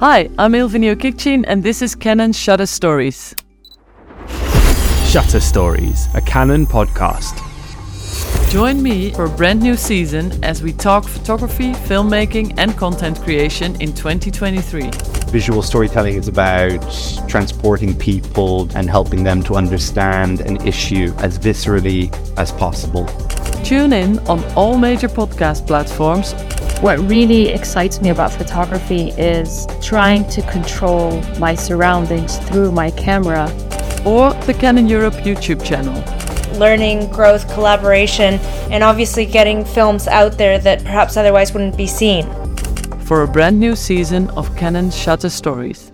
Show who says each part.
Speaker 1: Hi, I'm Ilvinio Kikchin, and this is Canon Shutter Stories.
Speaker 2: Shutter Stories, a Canon podcast.
Speaker 1: Join me for a brand new season as we talk photography, filmmaking, and content creation in 2023.
Speaker 3: Visual storytelling is about transporting people and helping them to understand an issue as viscerally as possible.
Speaker 1: Tune in on all major podcast platforms.
Speaker 4: What really excites me about photography is trying to control my surroundings through my camera.
Speaker 1: or the Canon Europe YouTube channel.
Speaker 5: learning, growth, collaboration, and obviously getting films out there that perhaps otherwise wouldn't be seen.
Speaker 1: for a brand new season of Canon Shutter Stories.